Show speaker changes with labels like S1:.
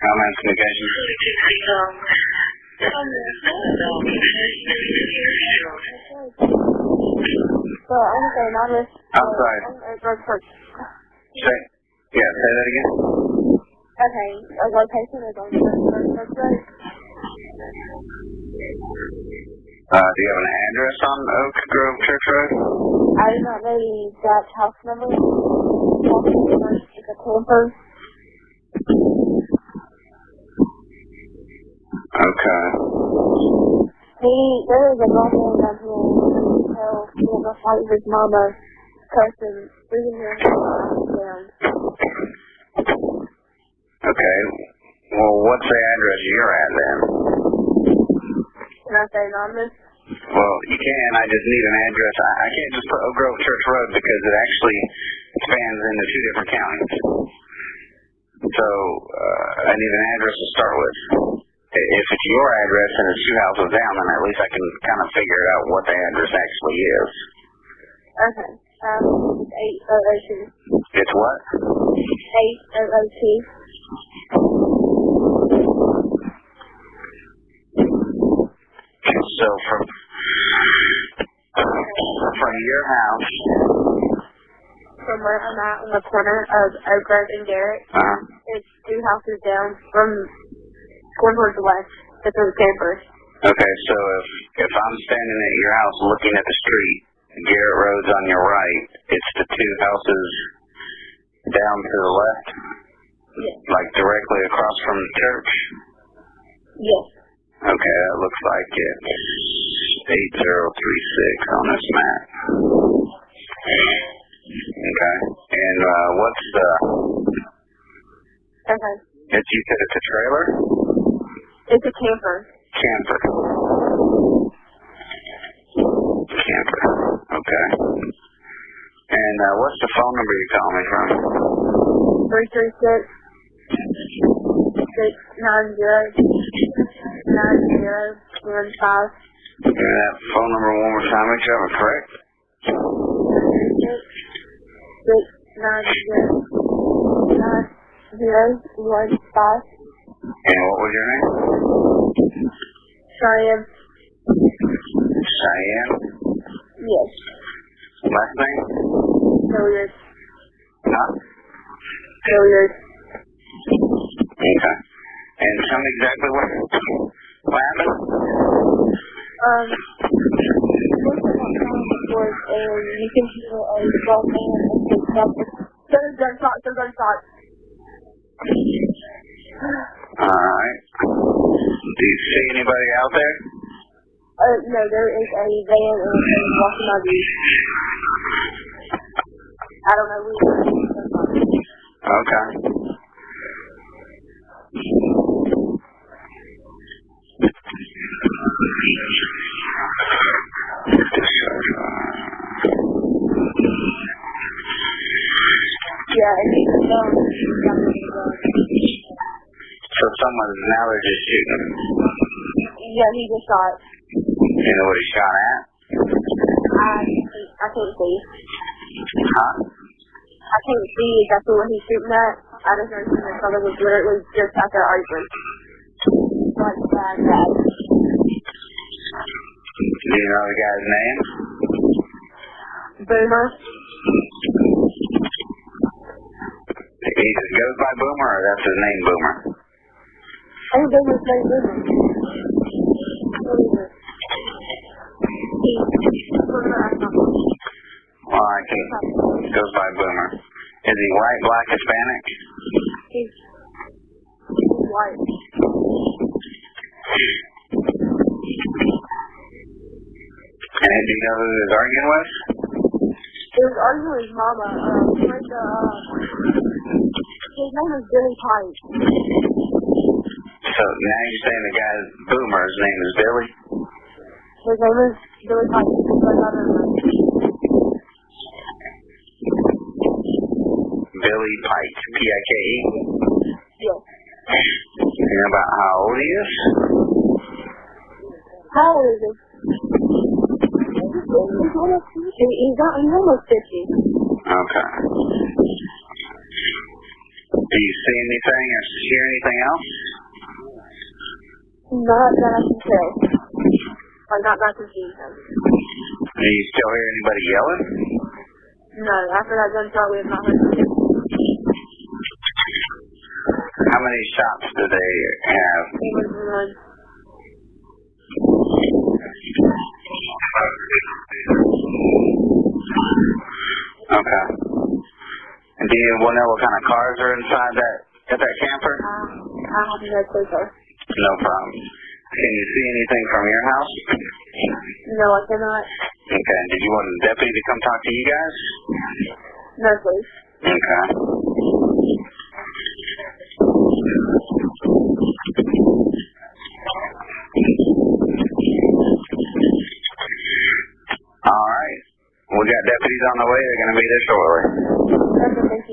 S1: Comments, negation?
S2: So I'm saying all this.
S1: I'm sorry.
S2: It goes first.
S1: Say, yeah, say that again.
S2: Okay, a location is on the first road.
S1: Uh, do you have an address on Oak Grove Church Road?
S2: I do not know the exact house number. Walking first is a camper.
S1: Okay.
S2: He, there is a mama down here. Tell me about fight with mama. Cursing, leaving her down.
S1: Okay. Well, what's the address you're at then?
S2: Can I say anonymous?
S1: Well, you can. I just need an address. I, I can't just put Oak Grove Church Road because it actually spans into two different counties. So uh, I need an address to start with. I- If it's your address and it's two houses down, then at least I can kind of figure out what the address actually is.
S2: Okay. Um, it's 8002.
S1: It's what?
S2: 8002.
S1: So from from your house,
S2: From where I'm at on the corner of Oak Grove and Garrett.
S1: uh,
S2: It's two houses down from going towards the west. It's a camper.
S1: Okay, so if if I'm standing at your house looking at the street, Garrett Road's on your right. It's the two houses down to the left,
S2: Yes.
S1: like directly across from the church.
S2: Yes.
S1: Okay, that looks like it's eight zero three six on this map. Okay, and uh, what's the?
S2: Okay.
S1: It's you said it's a trailer
S2: It's a camper.
S1: camper. Camper. Okay. And uh, what's the phone number you call me from?
S2: Three three six six nine zero nine zero one five
S1: Give me that phone number one more time. Make sure I have it correct.
S2: six six nine zero nine zero one five.
S1: And what was your name?
S2: Cheyenne.
S1: Cheyenne.
S2: Yes.
S1: Last name?
S2: Hilliard.
S1: Huh?
S2: Hilliard.
S1: Okay. And tell me exactly what, what happened.
S2: Um, was and uh, you can hear a drum and a There's gunshots, there's gunshots.
S1: Alright. Do you see anybody out there?
S2: Uh, no, there is a van and a walking on you. I don't know where it is.
S1: Okay.
S2: Yeah, and it's um, yeah,
S1: So someone's now they're just shooting
S2: he just shot.
S1: You know what he shot at?
S2: I, I can't see.
S1: Huh?
S2: I can't see exactly what he's shooting at. I just know he's in front of was literally just at their argument. Like, bad, bad.
S1: Do you know the guy's name?
S2: Boomer.
S1: He just goes by Boomer or that's his name Boomer?
S2: Oh, Boomer's no Boomer. Boomer. He, Boomer, I thought.
S1: Well, I can. Goes by Boomer. Is he white, black, Hispanic?
S2: He's white.
S1: And do you know who he was arguing with?
S2: It was arguing with Mama. Um, like, uh, his name is Billy Pike.
S1: So now you're saying the guy's Boomer. His name is Billy.
S2: His name is Billy Pike. He's my brother.
S1: Billy Pike. P-I-K-E.
S2: Yes.
S1: You know E. about how old he is?
S2: How old is he? He's almost 50. He's, not, he's almost 50.
S1: Okay. Do you see anything or hear anything else?
S2: Not that I can tell. Or not that I can see them.
S1: Do you still hear anybody yelling?
S2: No, after that gunshot, we have not heard anything.
S1: How many shots do they have?
S2: It was one.
S1: Okay. And do you want to know what kind of cars are inside that at that camper?
S2: Um, I have no clue, sir.
S1: No problem. Can you see anything from your house?
S2: No, I cannot.
S1: Okay. Did you want the deputy to come talk to you guys?
S2: No, please.
S1: Okay. All right. We got deputies on the way. They're going to be there shortly.
S2: Okay, thank you.